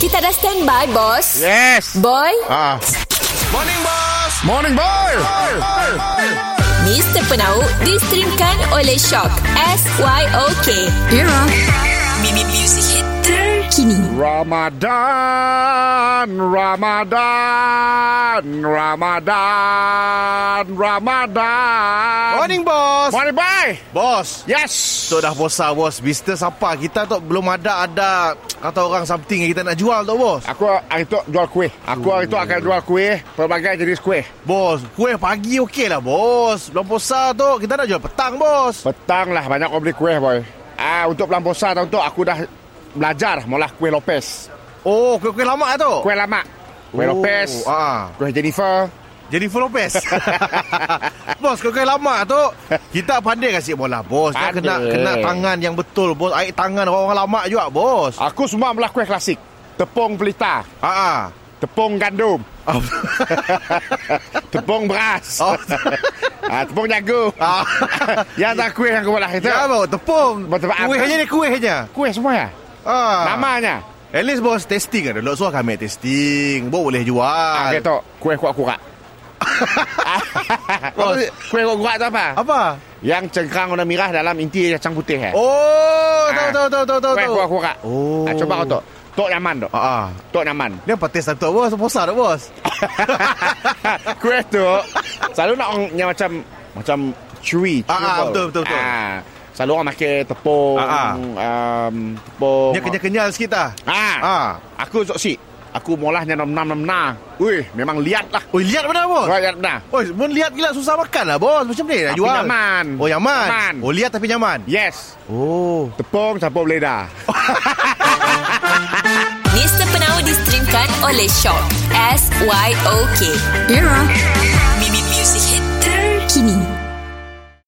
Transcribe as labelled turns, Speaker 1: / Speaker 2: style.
Speaker 1: Kita dah standby, bos.
Speaker 2: Yes.
Speaker 1: Boy,
Speaker 2: Ah.
Speaker 3: Morning Boss
Speaker 2: Morning boy.
Speaker 1: Mr. Penau distrimkan oleh Shock. S-Y-O-K. Era. Mimi Music Hit terkini.
Speaker 2: Ramadan, Ramadan, Ramadan, Ramadan.
Speaker 3: Morning Boss
Speaker 2: Morning boy.
Speaker 3: Boss
Speaker 2: Yes.
Speaker 3: Tok dah bosa bos Bisnes apa Kita tok belum ada Ada Kata orang something Yang kita nak jual tok bos
Speaker 2: Aku hari tu jual kuih. Aku hari tu akan jual kuih, pelbagai jenis kuih.
Speaker 3: Bos Kuih pagi okey lah bos Belum puasa tok Kita nak jual petang bos
Speaker 2: Petang lah banyak orang beli kuih boy. Ah untuk pelamposa tahun tu aku dah belajar mula kuih Lopez.
Speaker 3: Oh kuih-kuih lama lah tok
Speaker 2: Kuih lama. Kuih
Speaker 3: Oh,
Speaker 2: Lopez.
Speaker 3: ah.
Speaker 2: Kuih Jennifer.
Speaker 3: Jadi full Lopez Bos kuih-kuih lama tok Kita pandai kasih bola bos Jangan kena,
Speaker 2: Pandai.
Speaker 3: kena tangan yang betul bos Air tangan orang-orang lama juga bos
Speaker 2: Aku semua mula kuih klasik. Tepung pelita,
Speaker 3: Ah,
Speaker 2: tepung gandum,
Speaker 3: ah.
Speaker 2: tepung beras.
Speaker 3: Oh.
Speaker 2: ah, tepung jagung.
Speaker 3: Ah.
Speaker 2: ya tak kuih yang aku mula itu.
Speaker 3: Ya, bos, tepung.
Speaker 2: Betul, apa?
Speaker 3: Kuih hanya ni, kuih hanya.
Speaker 2: Kuih semua ya.
Speaker 3: Ah.
Speaker 2: Namanya.
Speaker 3: At least bos testing kan dulu So kami testing Bos boleh jual
Speaker 2: Ah, okay, tok. Kuih kuak kurak.
Speaker 3: Bos.
Speaker 2: kuih kuak kurak tu apa?
Speaker 3: Apa?
Speaker 2: Yang cengkang warna merah dalam inti kacang putih eh.
Speaker 3: Oh Tahu
Speaker 2: Ah.
Speaker 3: tahu tahu tahu tahu
Speaker 2: Kuih
Speaker 3: tahu.
Speaker 2: kuak kurak.
Speaker 3: Oh
Speaker 2: Ah, coba kau tok. Tok nyaman tok.
Speaker 3: Ah, ah.
Speaker 2: Tok nyaman.
Speaker 3: Ni apa test tu bos Posa tak bos
Speaker 2: kuih tu selalu nak orang yang macam macam chewy.
Speaker 3: Ah,
Speaker 2: chewy
Speaker 3: ah,
Speaker 2: tau.
Speaker 3: betul, betul, betul.
Speaker 2: Ah, selalu orang pakai tepung,
Speaker 3: Ah, ah.
Speaker 2: um, tepung.
Speaker 3: Dia kenyal-kenyal sikit lah
Speaker 2: Ah.
Speaker 3: Ah.
Speaker 2: Aku sok si. Aku molahnya nom nam nam na. Ui, memang liat lah.
Speaker 3: Oi lihat mana bos
Speaker 2: Kau liat dah.
Speaker 3: Oi mun lihat gila susah makan lah bos Macam ni
Speaker 2: Tapi
Speaker 3: nak jual
Speaker 2: nyaman.
Speaker 3: Oh nyaman
Speaker 2: Nyaman.
Speaker 3: Oh lihat tapi nyaman
Speaker 2: Yes.
Speaker 3: Oh
Speaker 2: Tepung campur beleda.
Speaker 1: Mr. Penau distrimkan oleh Shock. S-Y-O-K. Era.